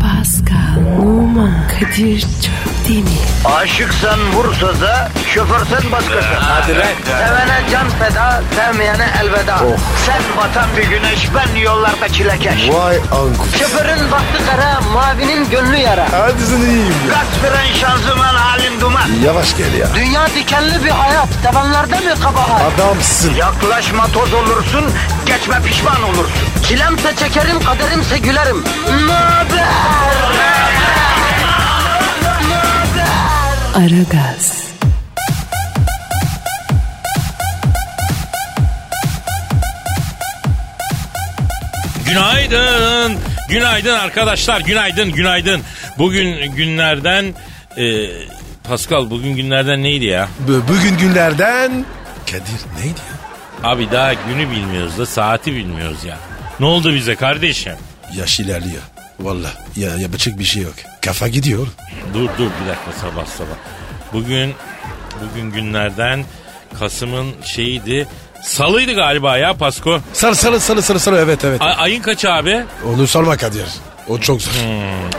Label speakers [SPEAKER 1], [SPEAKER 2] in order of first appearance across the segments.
[SPEAKER 1] Pascal, Oman, Kadir çok değil mi?
[SPEAKER 2] Aşıksan vursa da şoförsen başkasın. Hadi
[SPEAKER 3] lan.
[SPEAKER 2] Sevene can feda, sevmeyene elveda. Sen batan bir güneş, ben yollarda çilekeş.
[SPEAKER 3] Vay anku.
[SPEAKER 2] Şoförün baktı kara, mavinin gönlü yara.
[SPEAKER 3] Hadi sen iyiyim ya.
[SPEAKER 2] Kasperen şanzıman halin duman.
[SPEAKER 3] Yavaş gel ya.
[SPEAKER 2] Dünya dikenli bir hayat, sevenlerde mi kabahar?
[SPEAKER 3] Adamsın.
[SPEAKER 2] Yaklaşma toz olursun, geçme pişman olursun. Çilemse çekerim, kaderimse gülerim. Möber!
[SPEAKER 1] Aragaz,
[SPEAKER 4] Günaydın. Günaydın arkadaşlar. Günaydın, günaydın. Bugün günlerden e, Pascal bugün günlerden neydi ya?
[SPEAKER 3] B- bugün günlerden... Kadir neydi ya?
[SPEAKER 4] Abi daha günü bilmiyoruz da saati bilmiyoruz ya. Ne oldu bize kardeşim?
[SPEAKER 3] Yaş ilerliyor. Valla ya, yapacak bir şey yok. Kafa gidiyor.
[SPEAKER 4] Dur dur bir dakika sabah sabah. Bugün bugün günlerden Kasım'ın şeyiydi. Salıydı galiba ya Pasko.
[SPEAKER 3] Sarı sarı sarı sarı sarı evet evet.
[SPEAKER 4] A- ayın kaçı abi?
[SPEAKER 3] Onu sorma Kadir. O çok zor.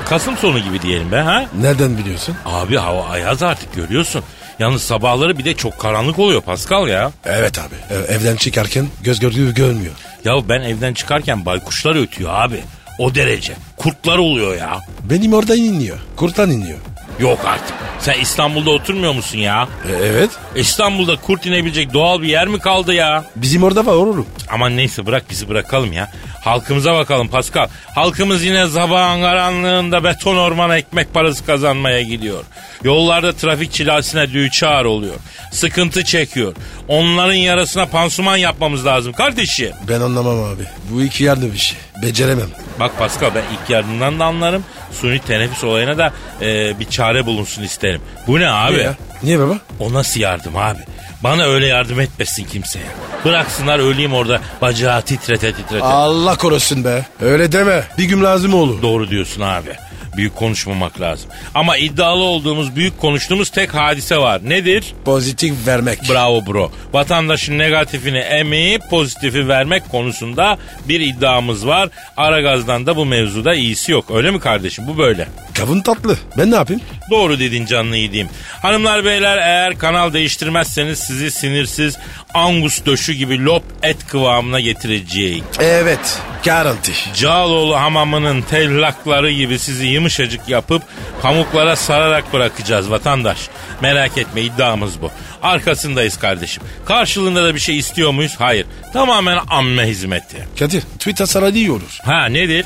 [SPEAKER 4] Kasım sonu gibi diyelim be ha?
[SPEAKER 3] Nereden biliyorsun?
[SPEAKER 4] Abi hava ayaz artık görüyorsun. Yalnız sabahları bir de çok karanlık oluyor Pascal ya.
[SPEAKER 3] Evet abi. E- Evden çıkarken göz gördüğü görmüyor.
[SPEAKER 4] Ya ben evden çıkarken baykuşlar ötüyor abi. O derece. Kurtlar oluyor ya.
[SPEAKER 3] Benim oradan iniyor. Kurtan iniyor.
[SPEAKER 4] Yok artık. Sen İstanbul'da oturmuyor musun ya?
[SPEAKER 3] E, evet.
[SPEAKER 4] İstanbul'da kurt inebilecek doğal bir yer mi kaldı ya?
[SPEAKER 3] Bizim orada var oğlum.
[SPEAKER 4] Aman neyse bırak bizi bırakalım ya. Halkımıza bakalım Pascal. Halkımız yine sabahın karanlığında beton ormana ekmek parası kazanmaya gidiyor. Yollarda trafik çilasına düçar oluyor. Sıkıntı çekiyor. Onların yarasına pansuman yapmamız lazım kardeşim.
[SPEAKER 3] Ben anlamam abi. Bu iki yerde bir şey. Beceremem.
[SPEAKER 4] Bak Pascal ben ilk yardımdan da anlarım. Suni teneffüs olayına da e, bir çare bulunsun isterim. Bu ne abi?
[SPEAKER 3] Niye ya? Niye baba?
[SPEAKER 4] O nasıl yardım abi? Bana öyle yardım etmesin kimseye. Bıraksınlar öleyim orada bacağı titrete titrete.
[SPEAKER 3] Allah korusun be. Öyle deme. Bir gün lazım olur.
[SPEAKER 4] Doğru diyorsun abi. Büyük konuşmamak lazım. Ama iddialı olduğumuz, büyük konuştuğumuz tek hadise var. Nedir?
[SPEAKER 3] Pozitif vermek.
[SPEAKER 4] Bravo bro. Vatandaşın negatifini emeyip pozitifi vermek konusunda bir iddiamız var. Aragaz'dan da bu mevzuda iyisi yok. Öyle mi kardeşim? Bu böyle.
[SPEAKER 3] Kavun tatlı. Ben ne yapayım?
[SPEAKER 4] Doğru dedin canlı yediğim. Hanımlar beyler eğer kanal değiştirmezseniz sizi sinirsiz angus döşü gibi lop et kıvamına getirecek.
[SPEAKER 3] Evet. Garanti.
[SPEAKER 4] Cağaloğlu hamamının tellakları gibi sizi yumuşacık yapıp pamuklara sararak bırakacağız vatandaş. Merak etme iddiamız bu. Arkasındayız kardeşim. Karşılığında da bir şey istiyor muyuz? Hayır. Tamamen amme hizmeti.
[SPEAKER 3] Kadir tweet hasara iyi olur.
[SPEAKER 4] Ha nedir?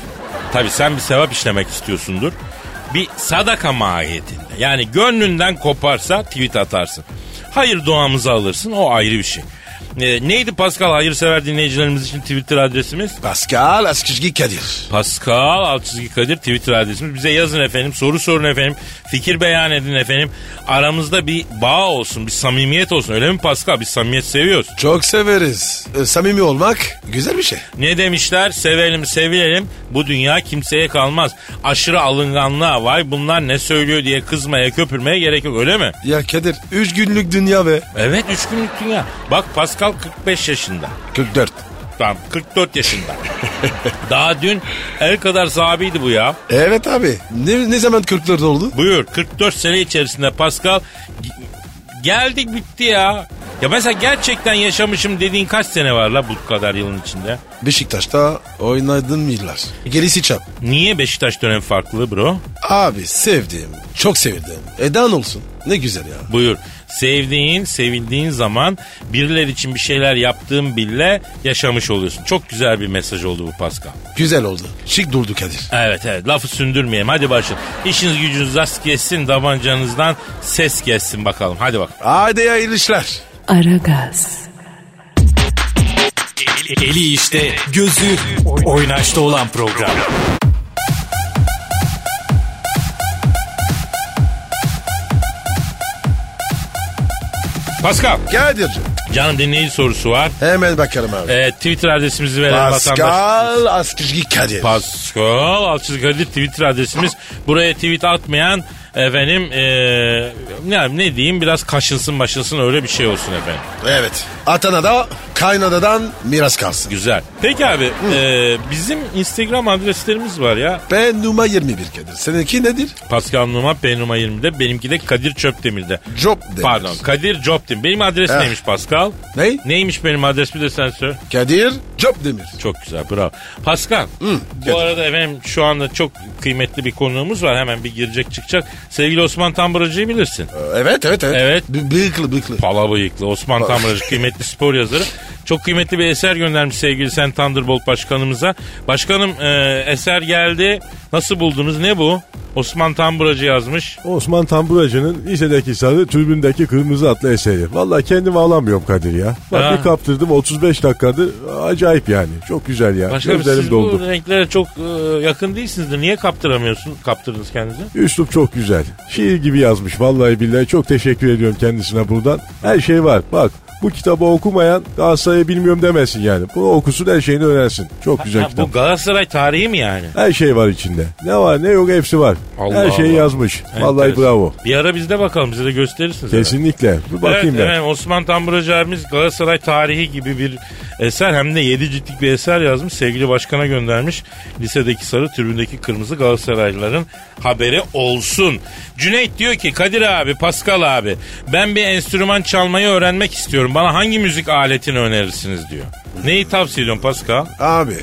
[SPEAKER 4] Tabi sen bir sevap işlemek istiyorsundur. Bir sadaka mahiyetinde. Yani gönlünden koparsa tweet atarsın. Hayır duamızı alırsın o ayrı bir şey. Ee, neydi Pascal hayırsever dinleyicilerimiz için Twitter adresimiz?
[SPEAKER 3] Pascal Askışgi Kadir.
[SPEAKER 4] Pascal alt çizgi Kadir Twitter adresimiz. Bize yazın efendim, soru sorun efendim, fikir beyan edin efendim. Aramızda bir bağ olsun, bir samimiyet olsun. Öyle mi Pascal? Biz samimiyet seviyoruz.
[SPEAKER 3] Çok severiz. E, samimi olmak güzel bir şey.
[SPEAKER 4] Ne demişler? Sevelim, sevilelim. Bu dünya kimseye kalmaz. Aşırı alınganlığa vay bunlar ne söylüyor diye kızmaya, köpürmeye gerek yok. Öyle mi?
[SPEAKER 3] Ya Kadir 3 günlük dünya be.
[SPEAKER 4] Evet, üç günlük dünya. Bak Pascal 45 yaşında.
[SPEAKER 3] 44.
[SPEAKER 4] Tamam, 44 yaşında. Daha dün el kadar sabiydi bu ya.
[SPEAKER 3] Evet abi. Ne, ne zaman 44 oldu?
[SPEAKER 4] Buyur 44 sene içerisinde Pascal g- geldik bitti ya. Ya mesela gerçekten yaşamışım dediğin kaç sene var la bu kadar yılın içinde?
[SPEAKER 3] Beşiktaş'ta oynadın yıllar. Gerisi çap.
[SPEAKER 4] Niye Beşiktaş dönemi farklı bro?
[SPEAKER 3] Abi sevdim. Çok sevdim. Edan olsun. Ne güzel ya.
[SPEAKER 4] Buyur. Sevdiğin, sevildiğin zaman birileri için bir şeyler yaptığın bile yaşamış oluyorsun. Çok güzel bir mesaj oldu bu Pascal.
[SPEAKER 3] Güzel oldu. Şık durdu Kadir.
[SPEAKER 4] Evet evet lafı sündürmeyelim hadi başla. İşiniz gücünüz rast kessin davancanızdan ses kessin bakalım hadi bak.
[SPEAKER 3] Haydi hayırlı işler.
[SPEAKER 1] Aragaz,
[SPEAKER 5] Eli işte, gözü oynaşta olan program.
[SPEAKER 4] Pascal
[SPEAKER 3] Kadir'cim.
[SPEAKER 4] canım dinleyici sorusu var.
[SPEAKER 3] Hemen bakalım abi.
[SPEAKER 4] Ee, Twitter adresimizi verelim vatandaş.
[SPEAKER 3] Pascal Askışgi Kadir.
[SPEAKER 4] Pascal Alçızı Kadir Twitter adresimiz. Buraya tweet atmayan efendim ee, ne, ne diyeyim biraz kaşınsın başınsın öyle bir şey olsun efendim.
[SPEAKER 3] evet. Atana da Kaynanadan miras kalsın.
[SPEAKER 4] Güzel. Peki abi e, bizim Instagram adreslerimiz var ya.
[SPEAKER 3] Ben Numa 21 Kadir. Seninki nedir?
[SPEAKER 4] Pascal Numa Benuma 20'de benimki de Kadir Çöpdemir'de.
[SPEAKER 3] Job demir.
[SPEAKER 4] Pardon Kadir Jobdemir. Benim adres
[SPEAKER 3] Eh.
[SPEAKER 4] neymiş Pascal?
[SPEAKER 3] Ney?
[SPEAKER 4] Neymiş benim adres bir de sen söyle.
[SPEAKER 3] Kadir Job demir.
[SPEAKER 4] Çok güzel bravo. Pascal
[SPEAKER 3] Kadir.
[SPEAKER 4] bu arada efendim şu anda çok kıymetli bir konuğumuz var. Hemen bir girecek çıkacak. Sevgili Osman Tamburacı'yı bilirsin.
[SPEAKER 3] Ee, Evet evet evet.
[SPEAKER 4] Evet.
[SPEAKER 3] Bı- bıyıklı bıyıklı.
[SPEAKER 4] Pala bıyıklı Osman Tamburacı kıymetli spor yazarı. Çok kıymetli bir eser göndermiş sevgili Sen Thunderbolt başkanımıza. Başkanım e, eser geldi. Nasıl buldunuz ne bu? Osman Tamburacı yazmış.
[SPEAKER 6] Osman Tamburacı'nın lisedeki sarı türbündeki kırmızı atlı eseri. Vallahi kendimi alamıyorum Kadir ya. Bak
[SPEAKER 4] Ha.
[SPEAKER 6] bir kaptırdım 35 dakikadır. Acayip yani. Çok güzel ya.
[SPEAKER 4] Başkanım
[SPEAKER 6] Gözlerim
[SPEAKER 4] siz
[SPEAKER 6] doldu.
[SPEAKER 4] bu renklere çok e, yakın değilsinizdir. Niye kaptıramıyorsunuz? Kaptırdınız kendinizi.
[SPEAKER 6] Üslup çok güzel. Şiir gibi yazmış vallahi billahi. Çok teşekkür ediyorum kendisine buradan. Her şey var. Bak bu kitabı okumayan Galatasaray'ı bilmiyorum demesin yani. Bunu okusun her şeyini öğrensin. Çok güzel
[SPEAKER 4] Ha,
[SPEAKER 6] kitap.
[SPEAKER 4] bu Galatasaray tarihi mi yani?
[SPEAKER 6] Her şey var içinde. Ne var ne yok hepsi var.
[SPEAKER 4] Allah
[SPEAKER 6] her şeyi
[SPEAKER 4] Allah.
[SPEAKER 6] yazmış. Vallahi
[SPEAKER 4] Enteresan.
[SPEAKER 6] bravo.
[SPEAKER 4] Bir ara bizde bakalım bize de gösterirsiniz. herhalde.
[SPEAKER 6] Kesinlikle. Bir bakayım
[SPEAKER 4] evet,
[SPEAKER 6] ben.
[SPEAKER 4] efendim, Osman Tamburacı abimiz Galatasaray tarihi gibi bir eser hem de 7 ciltlik bir eser yazmış. Sevgili başkana göndermiş. Lisedeki sarı tribündeki kırmızı Galatasaraylıların haberi olsun. Cüneyt diyor ki Kadir abi, Pascal abi ben bir enstrüman çalmayı öğrenmek istiyorum. Bana hangi müzik aletini önerirsiniz diyor. Neyi tavsiye ediyorsun Pascal?
[SPEAKER 3] Abi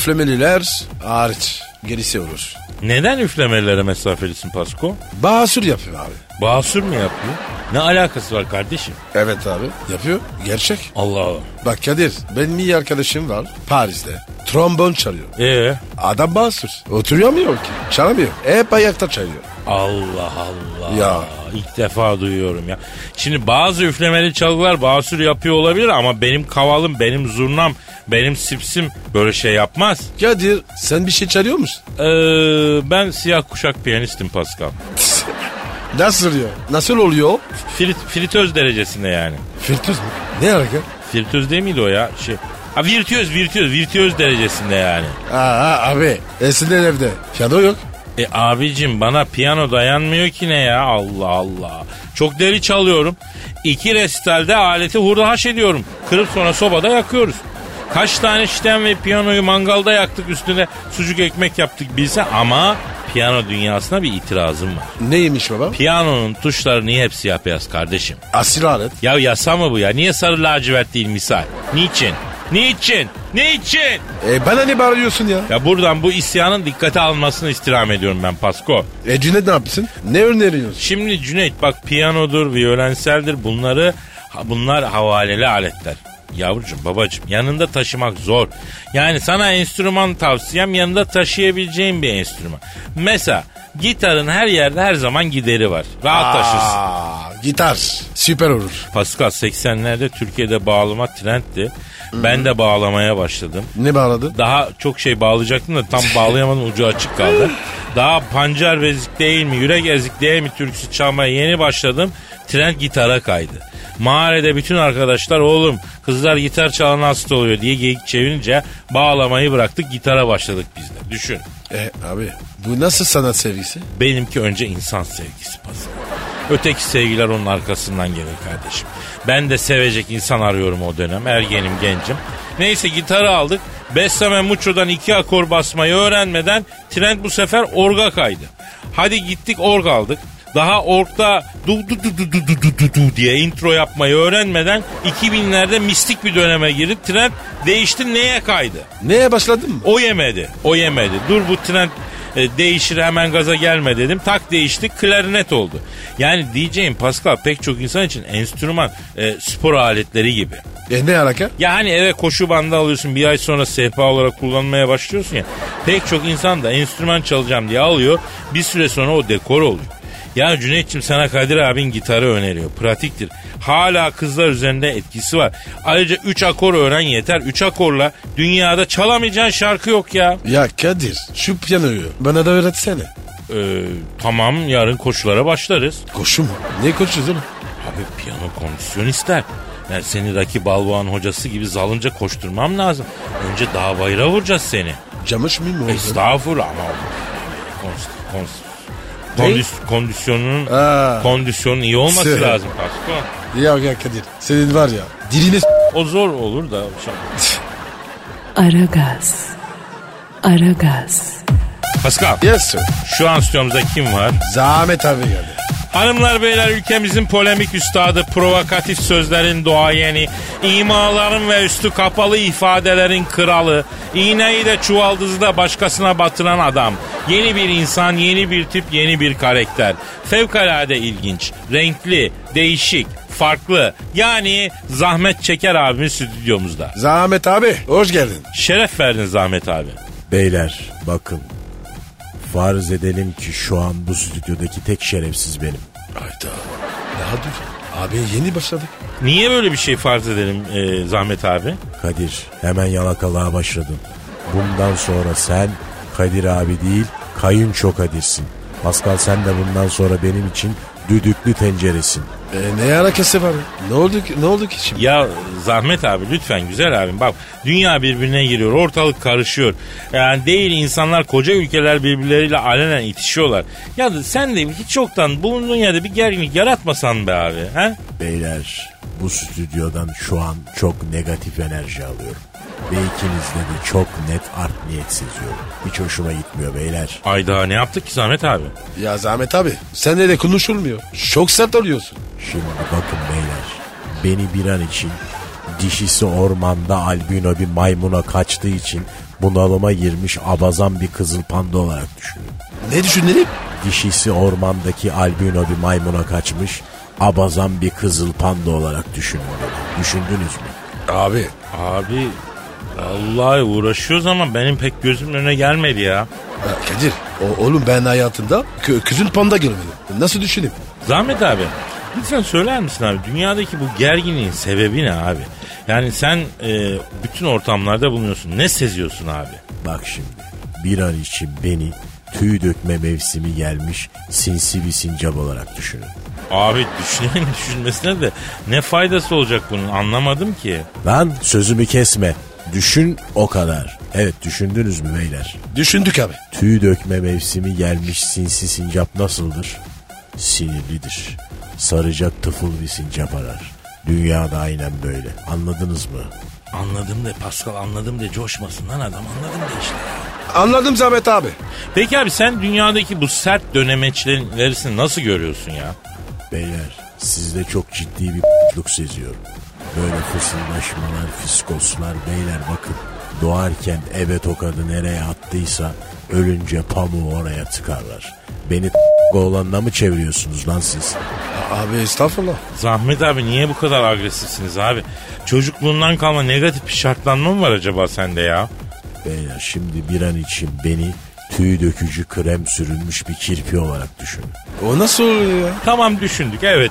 [SPEAKER 3] üflemeliler hariç gerisi olur.
[SPEAKER 4] Neden üflemelere mesafelisin Pasko?
[SPEAKER 3] Basur yapıyor abi.
[SPEAKER 4] Basur mu yapıyor? Ne alakası var kardeşim?
[SPEAKER 3] Evet abi. Yapıyor. Gerçek.
[SPEAKER 4] Allah Allah.
[SPEAKER 3] Bak Kadir benim iyi arkadaşım var Paris'te. Trombon çalıyor.
[SPEAKER 4] Ee,
[SPEAKER 3] Adam basur. Oturamıyor ki. Çalamıyor. Hep ayakta çalıyor.
[SPEAKER 4] Allah Allah.
[SPEAKER 3] Ya.
[SPEAKER 4] İlk defa duyuyorum ya. Şimdi bazı üflemeli çalgılar basur yapıyor olabilir ama benim kavalım, benim zurnam, benim sipsim böyle şey yapmaz.
[SPEAKER 3] Kadir sen bir şey çalıyor musun?
[SPEAKER 4] Ee, ben siyah kuşak piyanistim Pascal.
[SPEAKER 3] Nasıl ya? Nasıl oluyor?
[SPEAKER 4] Frit, fritöz derecesinde yani.
[SPEAKER 3] Filtrüz mü? Ne hareket?
[SPEAKER 4] Fritöz değil miydi o ya? Şey, ha, virtüöz, virtüöz, virtüöz derecesinde yani.
[SPEAKER 3] Aa abi. Eskiden evde. Piyano yok.
[SPEAKER 4] E abicim bana piyano dayanmıyor ki ne ya Allah Allah. Çok deri çalıyorum. İki restalde aleti hurda haş ediyorum. Kırıp sonra sobada yakıyoruz. Kaç tane şiten ve piyanoyu mangalda yaktık üstüne sucuk ekmek yaptık bilse ama piyano dünyasına bir itirazım var.
[SPEAKER 3] Neymiş baba?
[SPEAKER 4] Piyanonun tuşları niye hep siyah beyaz kardeşim?
[SPEAKER 3] Asil alet.
[SPEAKER 4] Ya yasa mı bu ya? Niye sarı lacivert değil misal? Niçin? Niçin? Niçin?
[SPEAKER 3] E bana ne bağırıyorsun ya?
[SPEAKER 4] Ya buradan bu isyanın dikkate almasını istirham ediyorum ben Pasko.
[SPEAKER 3] E Cüneyt ne yapıyorsun? Ne öneriyorsun?
[SPEAKER 4] Şimdi Cüneyt bak piyanodur, viyolenseldir bunları ha- bunlar havaleli aletler. Yavrucuğum babacığım yanında taşımak zor. Yani sana enstrüman tavsiyem yanında taşıyabileceğin bir enstrüman. Mesela gitarın her yerde her zaman gideri var. Rahat taşırsın.
[SPEAKER 3] Aa, gitar. Süper olur.
[SPEAKER 4] Pascal 80'lerde Türkiye'de bağlama trendti. Ben de bağlamaya başladım.
[SPEAKER 3] Ne bağladı?
[SPEAKER 4] Daha çok şey bağlayacaktım da tam bağlayamadım ucu açık kaldı. Daha pancar bezik değil mi, yürek ezik değil mi türküsü çalmaya yeni başladım. Trend gitara kaydı. Mahallede bütün arkadaşlar oğlum kızlar gitar çalan hasta oluyor diye geyik çevirince bağlamayı bıraktık gitara başladık biz de. Düşün.
[SPEAKER 3] E abi bu nasıl sanat sevgisi?
[SPEAKER 4] Benimki önce insan sevgisi pası. Öteki sevgiler onun arkasından gelir kardeşim. Ben de sevecek insan arıyorum o dönem. Ergenim, gencim. Neyse gitarı aldık. Bessame Muço'dan iki akor basmayı öğrenmeden trend bu sefer orga kaydı. Hadi gittik org aldık. Daha orkta du du du du du du du du du diye intro yapmayı öğrenmeden 2000'lerde mistik bir döneme girip trend değişti neye kaydı?
[SPEAKER 3] Neye başladın mı?
[SPEAKER 4] O yemedi. O yemedi. Dur bu trend e, değişir hemen gaza gelme dedim. Tak değişti klarinet oldu. Yani diyeceğim Pascal pek çok insan için enstrüman e, spor aletleri gibi.
[SPEAKER 3] E ne alaka?
[SPEAKER 4] Ya hani eve koşu bandı alıyorsun bir ay sonra sehpa olarak kullanmaya başlıyorsun ya. Pek çok insan da enstrüman çalacağım diye alıyor. Bir süre sonra o dekor oluyor. Ya Cüneyt'cim sana Kadir abin gitarı öneriyor. Pratiktir. Hala kızlar üzerinde etkisi var. Ayrıca 3 akor öğren yeter. 3 akorla dünyada çalamayacağın şarkı yok ya.
[SPEAKER 3] Ya Kadir şu piyanoyu bana da öğretsene.
[SPEAKER 4] Ee, tamam yarın koşulara başlarız.
[SPEAKER 3] Koşu mu? Ne koşuyorsun? oğlum?
[SPEAKER 4] Abi piyano kondisyon ister. Yani seni Raki Balboğan hocası gibi zalınca koşturmam lazım. Önce dağ bayrağı vuracağız seni.
[SPEAKER 3] Camış mı mı oldu?
[SPEAKER 4] Estağfurullah ama kons, kons, kondis- kondisyonunun
[SPEAKER 3] Ha.
[SPEAKER 4] kondisyonun iyi olması
[SPEAKER 3] Sır.
[SPEAKER 4] lazım Pasko.
[SPEAKER 3] Ya, ya Kadir senin var ya dilini s-
[SPEAKER 4] O zor olur da. hocam.
[SPEAKER 1] Aragaz. Aragaz.
[SPEAKER 4] Pascal
[SPEAKER 3] Yes sir.
[SPEAKER 4] şu an stüdyomuzda kim var?
[SPEAKER 3] Zahmet abi geldi.
[SPEAKER 4] Hanımlar beyler ülkemizin polemik üstadı, provokatif sözlerin doğayeni, imaların ve üstü kapalı ifadelerin kralı, iğneyi de çuvaldızı da başkasına batıran adam. Yeni bir insan, yeni bir tip, yeni bir karakter. Fevkalade ilginç, renkli, değişik, farklı. Yani zahmet çeker abimiz stüdyomuzda.
[SPEAKER 3] Zahmet abi hoş geldin.
[SPEAKER 4] Şeref verdin zahmet abi.
[SPEAKER 7] Beyler bakın. Farz edelim ki şu an bu stüdyodaki tek şerefsiz benim.
[SPEAKER 3] Hayda. Daha dur. Abi yeni başladık.
[SPEAKER 4] Niye böyle bir şey farz edelim e, zahmet abi?
[SPEAKER 7] Kadir hemen yalakalığa başladın. Bundan sonra sen Kadir abi değil kayınço Kadir'sin. Pascal sen de bundan sonra benim için düdüklü tenceresin.
[SPEAKER 3] E, ne alakası var? Ne oldu ki, ne oldu ki şimdi?
[SPEAKER 4] Ya Zahmet abi lütfen güzel abim bak dünya birbirine giriyor ortalık karışıyor. Yani değil insanlar koca ülkeler birbirleriyle alenen itişiyorlar. Ya da sen de hiç yoktan bulunduğun yerde bir gerginlik yaratmasan be abi. He?
[SPEAKER 7] Beyler bu stüdyodan şu an çok negatif enerji alıyorum. Ve ikinizde de çok net art niyet seziyorum. Hiç hoşuma gitmiyor beyler.
[SPEAKER 4] Ay daha ne yaptık ki Zahmet abi?
[SPEAKER 3] Ya Zahmet abi senle de konuşulmuyor. Çok sert oluyorsun.
[SPEAKER 7] Şimdi bakın beyler. Beni bir an için dişisi ormanda albino bir maymuna kaçtığı için bunalıma girmiş abazan bir kızıl panda olarak düşünün.
[SPEAKER 3] Ne düşünelim?
[SPEAKER 7] Dişisi ormandaki albino bir maymuna kaçmış abazan bir kızıl panda olarak düşünün. beni. Düşündünüz mü?
[SPEAKER 3] Abi
[SPEAKER 4] Abi vallahi uğraşıyoruz ama benim pek gözümün önüne gelmedi ya.
[SPEAKER 3] ya Kadir o, oğlum ben hayatımda kö, kızıl panda görmedim. Nasıl düşüneyim?
[SPEAKER 4] Zahmet abi lütfen söyler misin abi dünyadaki bu gerginliğin sebebi ne abi? Yani sen e, bütün ortamlarda bulunuyorsun. Ne seziyorsun abi?
[SPEAKER 7] Bak şimdi bir an için beni tüy dökme mevsimi gelmiş sinsi bir sincap olarak düşünün.
[SPEAKER 4] Abi düşünenin düşünmesine de ne faydası olacak bunun anlamadım ki.
[SPEAKER 7] Lan sözümü kesme. Düşün o kadar. Evet düşündünüz mü beyler?
[SPEAKER 3] Düşündük abi.
[SPEAKER 7] Tüy dökme mevsimi gelmiş sinsi sincap nasıldır? Sinirlidir. Saracak tıfıl bir sincap arar. Dünyada aynen böyle. Anladınız mı?
[SPEAKER 4] Anladım de Pascal anladım de coşmasın lan adam anladım de işte.
[SPEAKER 3] Anladım Zahmet abi.
[SPEAKER 4] Peki abi sen dünyadaki bu sert dönemeçlerin verisini nasıl görüyorsun ya?
[SPEAKER 7] Beyler sizde çok ciddi bir luk seziyorum. Böyle fısıldaşmalar, fiskoslar beyler bakın. Doğarken ebe tokadı nereye attıysa ölünce pamuğu oraya tıkarlar. Beni oğlanla mı çeviriyorsunuz lan siz?
[SPEAKER 3] Abi estağfurullah.
[SPEAKER 4] Zahmet abi niye bu kadar agresifsiniz abi? Çocukluğundan kalma negatif bir şartlanma mı var acaba sende ya?
[SPEAKER 7] Beyler şimdi bir an için beni tüy dökücü krem sürülmüş bir kirpi olarak düşünün.
[SPEAKER 3] O nasıl oluyor ya?
[SPEAKER 4] Tamam düşündük evet.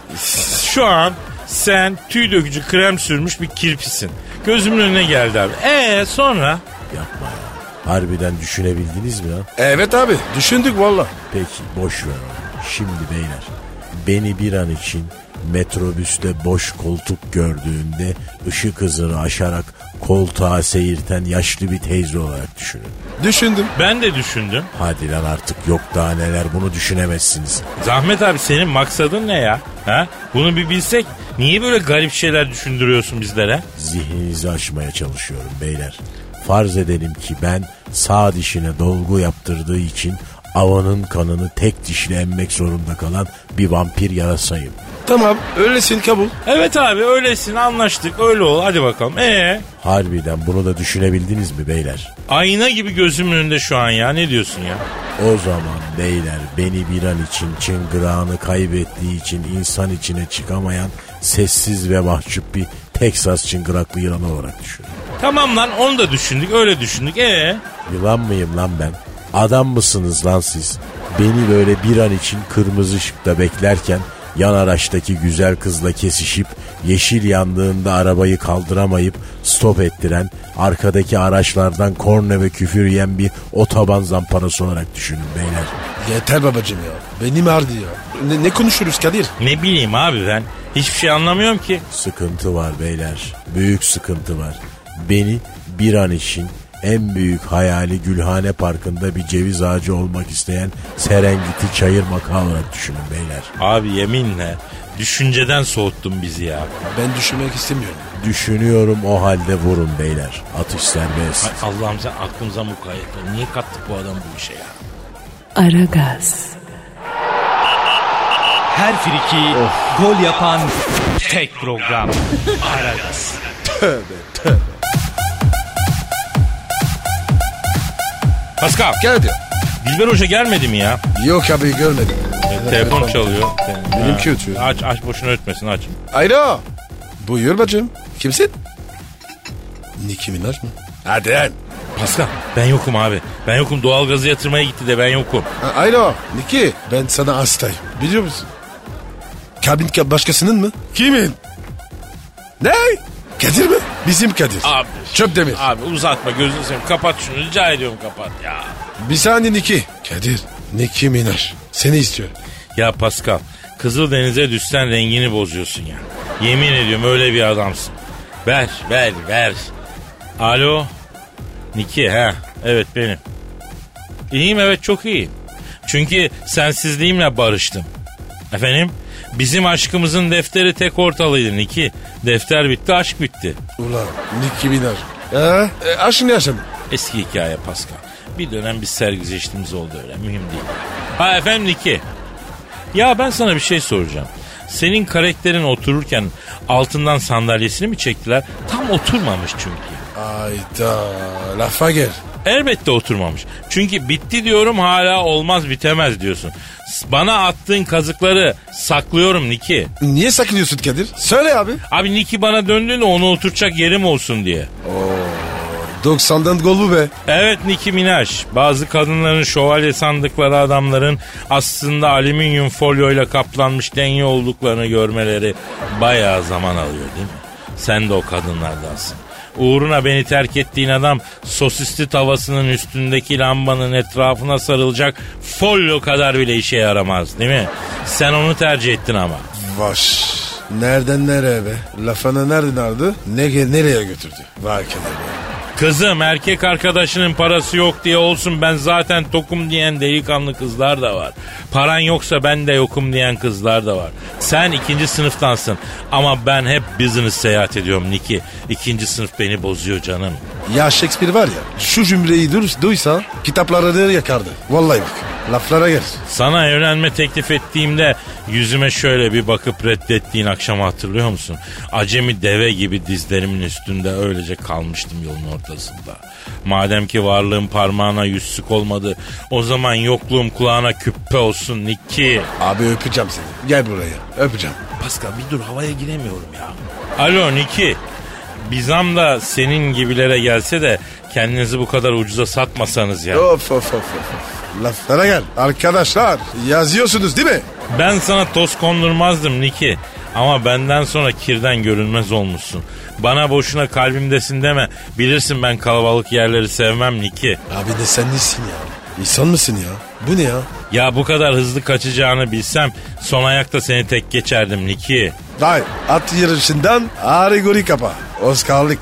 [SPEAKER 4] Şu an sen tüy dökücü krem sürmüş bir kirpisin. Gözümün önüne geldi abi. Ee sonra?
[SPEAKER 7] Yapma ya. Harbiden düşünebildiniz mi lan?
[SPEAKER 3] Evet abi düşündük valla.
[SPEAKER 7] Peki boş ver onu. Şimdi beyler beni bir an için metrobüste boş koltuk gördüğünde ışık hızını aşarak koltuğa seyirten yaşlı bir teyze olarak düşünün.
[SPEAKER 3] Düşündüm.
[SPEAKER 4] Ben de düşündüm.
[SPEAKER 7] Hadi lan artık yok daha neler bunu düşünemezsiniz.
[SPEAKER 4] Zahmet abi senin maksadın ne ya? Ha? Bunu bir bilsek niye böyle garip şeyler düşündürüyorsun bizlere?
[SPEAKER 7] Zihninizi aşmaya çalışıyorum beyler. Farz edelim ki ben sağ dişine dolgu yaptırdığı için avanın kanını tek dişle emmek zorunda kalan bir vampir yarasayım.
[SPEAKER 3] Tamam öylesin kabul.
[SPEAKER 4] Evet abi öylesin anlaştık öyle ol hadi bakalım. Ee
[SPEAKER 7] Harbiden bunu da düşünebildiniz mi beyler?
[SPEAKER 4] ayna gibi gözümün önünde şu an ya ne diyorsun ya?
[SPEAKER 7] O zaman beyler beni bir an için çıngırağını kaybettiği için insan içine çıkamayan sessiz ve mahcup bir Texas çıngıraklı yılan olarak düşünün.
[SPEAKER 4] Tamam lan onu da düşündük öyle düşündük. Ee
[SPEAKER 7] Yılan mıyım lan ben? Adam mısınız lan siz? Beni böyle bir an için kırmızı ışıkta beklerken yan araçtaki güzel kızla kesişip yeşil yandığında arabayı kaldıramayıp stop ettiren arkadaki araçlardan korna ve küfür yiyen bir otoban zamparası olarak düşünün beyler.
[SPEAKER 3] Yeter babacım ya. Benim ardı ya. Ne, ne konuşuruz Kadir?
[SPEAKER 4] ne bileyim abi ben hiçbir şey anlamıyorum ki.
[SPEAKER 7] Sıkıntı var beyler. Büyük sıkıntı var. Beni bir an için en büyük hayali Gülhane Parkı'nda bir ceviz ağacı olmak isteyen Serengeti Çayır Makavrat düşünün beyler.
[SPEAKER 4] Abi yeminle düşünceden soğuttun bizi ya.
[SPEAKER 3] Ben düşünmek istemiyorum.
[SPEAKER 7] Düşünüyorum o halde vurun beyler. Atış serbest.
[SPEAKER 4] Ay Allah'ım sen aklımıza mukayyet ol. Niye kattık bu adamı bu işe ya?
[SPEAKER 1] Aragaz,
[SPEAKER 5] Her friki gol yapan tek program.
[SPEAKER 4] Pascal,
[SPEAKER 3] Geldi.
[SPEAKER 4] Dilber Hoca gelmedi mi ya?
[SPEAKER 3] Yok abi görmedim.
[SPEAKER 4] Telefon çalıyor.
[SPEAKER 3] Benimki ötüyor.
[SPEAKER 4] Aç aç boşuna ötmesin aç.
[SPEAKER 3] Alo. Buyur bacım. Kimsin? Nicki Minaj mı? Hadi lan.
[SPEAKER 4] Pascal ben yokum abi. Ben yokum doğalgazı yatırmaya gitti de ben yokum.
[SPEAKER 3] A- Alo. Nicki ben sana hastayım. Biliyor musun? Kabin ka- başkasının mı? Kimin? Ne? Kadir mi? Bizim Kadir.
[SPEAKER 4] Abi.
[SPEAKER 3] Çöp demir.
[SPEAKER 4] Abi uzatma gözünü seveyim kapat şunu rica ediyorum kapat ya.
[SPEAKER 3] Bir saniye Nicki. Kadir. Nicki Minaj. Seni istiyor.
[SPEAKER 4] Ya Pascal Kızıldeniz'e düşsen rengini bozuyorsun ya. Yemin ediyorum öyle bir adamsın. Ver ver ver. Alo. Niki ha evet benim. İyiyim evet çok iyiyim. Çünkü sensizliğimle barıştım. Efendim bizim aşkımızın defteri tek ortalıydı Niki. Defter bitti aşk bitti.
[SPEAKER 3] Ulan Nicki Minaj. Ha? E, aşkın yaşamı.
[SPEAKER 4] Eski hikaye Pascal. Bir dönem bir sergileştiğimiz oldu öyle. Mühim değil. Ha efendim Niki. Ya ben sana bir şey soracağım. Senin karakterin otururken altından sandalyesini mi çektiler? Tam oturmamış çünkü.
[SPEAKER 3] Ayda lafa gel.
[SPEAKER 4] Elbette oturmamış. Çünkü bitti diyorum hala olmaz bitemez diyorsun. S- Bana attığın kazıkları saklıyorum Niki.
[SPEAKER 3] Niye saklıyorsun Kadir? Söyle abi.
[SPEAKER 4] Abi Niki bana döndüğünde onu oturtacak yerim olsun diye.
[SPEAKER 3] 90'dan gol bu be.
[SPEAKER 4] Evet Nicki Minaj. Bazı kadınların şövalye sandıkları adamların aslında alüminyum folyoyla kaplanmış denye olduklarını görmeleri bayağı zaman alıyor değil mi? Sen de o kadınlardansın. Uğruna beni terk ettiğin adam sosisli tavasının üstündeki lambanın etrafına sarılacak folyo kadar bile işe yaramaz değil mi? Sen onu tercih ettin ama.
[SPEAKER 3] Vaş. Nereden nereye be? Lafana nereden aldı? Ne, nereye götürdü? Vay Kadir be.
[SPEAKER 4] Kızım erkek arkadaşının parası yok diye olsun ben zaten tokum diyen delikanlı kızlar da var. Paran yoksa ben de yokum diyen kızlar da var. Sen ikinci sınıftansın ama ben hep business seyahat ediyorum Niki. İkinci sınıf beni bozuyor canım.
[SPEAKER 3] Ya Shakespeare var ya şu cümleyi duys- duysa kitapları yakardı. Vallahi bak laflara gel.
[SPEAKER 4] Sana evlenme teklif ettiğimde yüzüme şöyle bir bakıp reddettiğin akşamı hatırlıyor musun? Acemi deve gibi dizlerimin üstünde öylece kalmıştım yolun ortasında. Madem ki varlığım parmağına yüzsük olmadı o zaman yokluğum kulağına küppe olsun Niki.
[SPEAKER 3] Abi öpeceğim seni. Gel buraya öpeceğim.
[SPEAKER 4] Pascal bir dur havaya giremiyorum ya. Alo Niki. Bizam da senin gibilere gelse de kendinizi bu kadar ucuza satmasanız ya.
[SPEAKER 3] Of of of of. of. Laflara gel. Arkadaşlar yazıyorsunuz değil mi?
[SPEAKER 4] Ben sana toz kondurmazdım Niki. Ama benden sonra kirden görünmez olmuşsun. Bana boşuna kalbimdesin deme. Bilirsin ben kalabalık yerleri sevmem Niki.
[SPEAKER 3] Abi de sen nesin ya? İnsan mısın ya? Bu ne ya?
[SPEAKER 4] Ya bu kadar hızlı kaçacağını bilsem son ayakta seni tek geçerdim Niki.
[SPEAKER 3] Day at yarışından arigori kapa. Oscar'lık.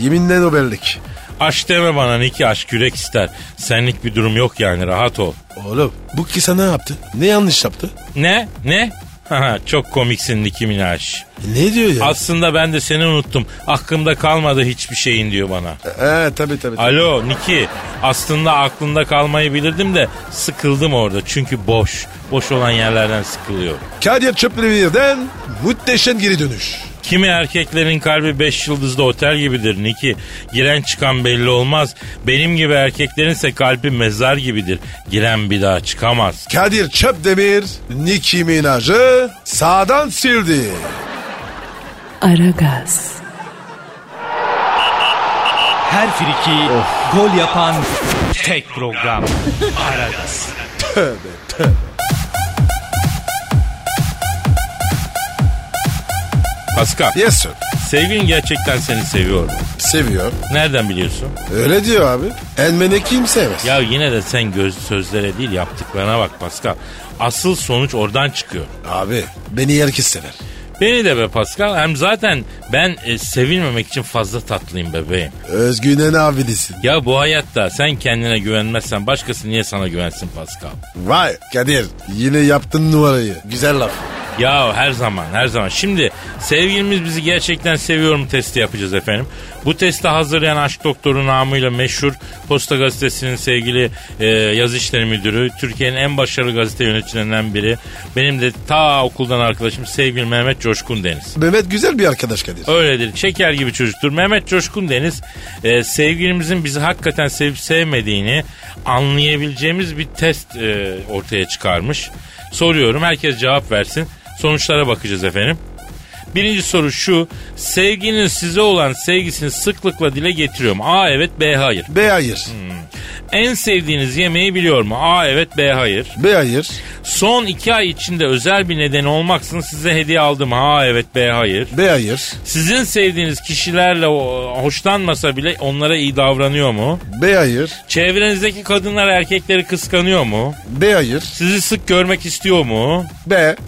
[SPEAKER 3] Yeminle Nobel'lik.
[SPEAKER 4] Aşk deme bana Niki aşk yürek ister. Senlik bir durum yok yani rahat ol.
[SPEAKER 3] Oğlum bu kısa ne yaptı? Ne yanlış yaptı?
[SPEAKER 4] Ne? Ne? Haha, Çok komiksin Nicki Minaj.
[SPEAKER 3] E, Ne diyor ya?
[SPEAKER 4] Aslında ben de seni unuttum. Aklımda kalmadı hiçbir şeyin diyor bana.
[SPEAKER 3] Ee tabii tabii.
[SPEAKER 4] Alo Niki aslında aklında kalmayı bilirdim de sıkıldım orada. Çünkü boş. Boş olan yerlerden sıkılıyorum.
[SPEAKER 3] Kadir Çöpleri'den muhteşem geri dönüş.
[SPEAKER 4] Kimi erkeklerin kalbi 5 yıldızlı otel gibidir Niki. Giren çıkan belli olmaz. Benim gibi erkeklerinse kalbi mezar gibidir. Giren bir daha çıkamaz.
[SPEAKER 3] Kadir Çöpdemir, Nicki Minaj'ı sağdan sildi.
[SPEAKER 1] Aragaz,
[SPEAKER 5] Her friki gol yapan tek program. Aragaz.
[SPEAKER 4] Pascal
[SPEAKER 3] Yes sir.
[SPEAKER 4] sevgilin gerçekten seni seviyor. mu?
[SPEAKER 3] Seviyor.
[SPEAKER 4] Nereden biliyorsun?
[SPEAKER 3] Öyle diyor abi. Elmene kim sevmez.
[SPEAKER 4] Ya yine de sen göz sözlere değil yaptıklarına bak Pascal. Asıl sonuç oradan çıkıyor.
[SPEAKER 3] Abi beni herkes sever.
[SPEAKER 4] Beni de be Pascal. Hem zaten ben e, sevilmemek için fazla tatlıyım bebeğim.
[SPEAKER 3] Özgünen abinisin.
[SPEAKER 4] Ya bu hayatta sen kendine güvenmezsen başkası niye sana güvensin Pascal?
[SPEAKER 3] Vay Kadir yine yaptın numarayı. Güzel laf.
[SPEAKER 4] Ya her zaman her zaman. Şimdi sevgilimiz bizi gerçekten seviyor mu testi yapacağız efendim. Bu testi hazırlayan aşk doktoru namıyla meşhur Posta Gazetesi'nin sevgili e, yazı işleri müdürü. Türkiye'nin en başarılı gazete yöneticilerinden biri. Benim de ta okuldan arkadaşım sevgili Mehmet Coşkun Deniz.
[SPEAKER 3] Mehmet güzel bir arkadaş Kadir.
[SPEAKER 4] Öyledir. Şeker gibi çocuktur. Mehmet Coşkun Deniz e, sevgilimizin bizi hakikaten sevip sevmediğini anlayabileceğimiz bir test e, ortaya çıkarmış. Soruyorum. Herkes cevap versin. Sonuçlara bakacağız efendim. Birinci soru şu. Sevginin size olan sevgisini sıklıkla dile getiriyor mu? A evet B hayır.
[SPEAKER 3] B hayır.
[SPEAKER 4] En sevdiğiniz yemeği biliyor mu? A evet B hayır.
[SPEAKER 3] B hayır.
[SPEAKER 4] Son iki ay içinde özel bir nedeni olmaksızın size hediye aldım. A evet B hayır.
[SPEAKER 3] B hayır.
[SPEAKER 4] Sizin sevdiğiniz kişilerle o- hoşlanmasa bile onlara iyi davranıyor mu?
[SPEAKER 3] B hayır.
[SPEAKER 4] Çevrenizdeki kadınlar erkekleri kıskanıyor mu?
[SPEAKER 3] B hayır.
[SPEAKER 4] Sizi sık görmek istiyor mu?
[SPEAKER 3] B hayır.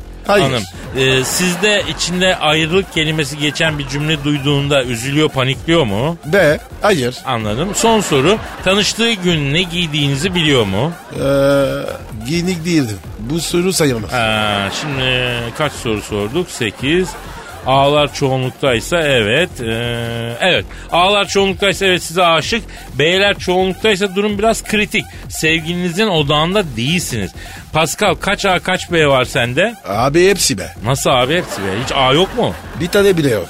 [SPEAKER 4] Hanım, e, sizde içinde ayrılık kelimesi geçen bir cümle duyduğunda üzülüyor, panikliyor mu?
[SPEAKER 3] B hayır.
[SPEAKER 4] Anladım. Son soru, tanıştığı gün ne giydiğinizi biliyor mu?
[SPEAKER 3] Ee, giyinik değildim. Bu soru sayılmaz.
[SPEAKER 4] Ha, şimdi kaç soru sorduk? 8. A'lar çoğunluktaysa evet. Ee, evet. A'lar çoğunluktaysa evet size aşık. B'ler çoğunluktaysa durum biraz kritik. Sevgilinizin odağında değilsiniz. Pascal kaç A kaç B var sende?
[SPEAKER 3] Abi hepsi be.
[SPEAKER 4] Nasıl abi hepsi be? Hiç A yok mu?
[SPEAKER 3] Bir tane bile yok.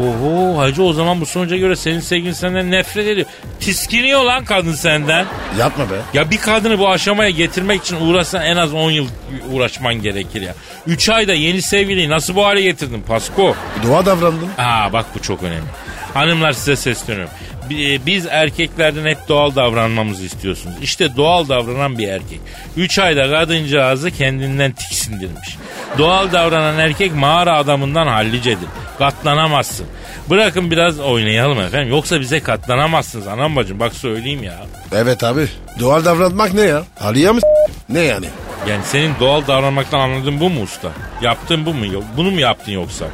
[SPEAKER 4] Oho hacı o zaman bu sonuca göre senin sevgilin senden nefret ediyor. Tiskiniyor lan kadın senden.
[SPEAKER 3] Yapma be.
[SPEAKER 4] Ya bir kadını bu aşamaya getirmek için uğraşsan en az 10 yıl uğraşman gerekir ya. 3 ayda yeni sevgiliyi nasıl bu hale getirdin Pasko?
[SPEAKER 3] Dua davrandım.
[SPEAKER 4] Aa bak bu çok önemli. Hanımlar size sesleniyorum. Bi- e, Biz erkeklerden hep doğal davranmamızı istiyorsunuz. İşte doğal davranan bir erkek. 3 ayda kadıncağızı kendinden tiksindirmiş. Doğal davranan erkek mağara adamından hallicedir. Katlanamazsın. Bırakın biraz oynayalım efendim. Yoksa bize katlanamazsınız anam bacım. Bak söyleyeyim ya.
[SPEAKER 3] Evet abi. Doğal davranmak ne ya? Aliye mi s- Ne yani?
[SPEAKER 4] Yani senin doğal davranmaktan anladığın bu mu usta? Yaptığın bu mu? Yo- Bunu mu yaptın yoksa?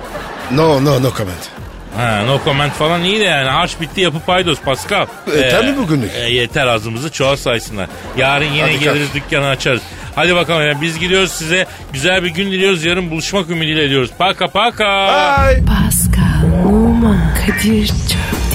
[SPEAKER 3] No no no comment.
[SPEAKER 4] Ha, no comment falan iyi de yani harç bitti yapıp paydos Pascal.
[SPEAKER 3] Yeter mi Ee, bugünlük?
[SPEAKER 4] e, yeter ağzımızı çoğal saysınlar. Yarın yine
[SPEAKER 3] Hadi
[SPEAKER 4] geliriz dükkanı açarız. Hadi bakalım yani biz gidiyoruz size. Güzel bir gün diliyoruz. Yarın buluşmak ümidiyle diyoruz. Paka paka.
[SPEAKER 3] Bye.
[SPEAKER 1] Pascal, Oman, Kadir çok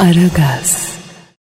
[SPEAKER 1] Aragaz.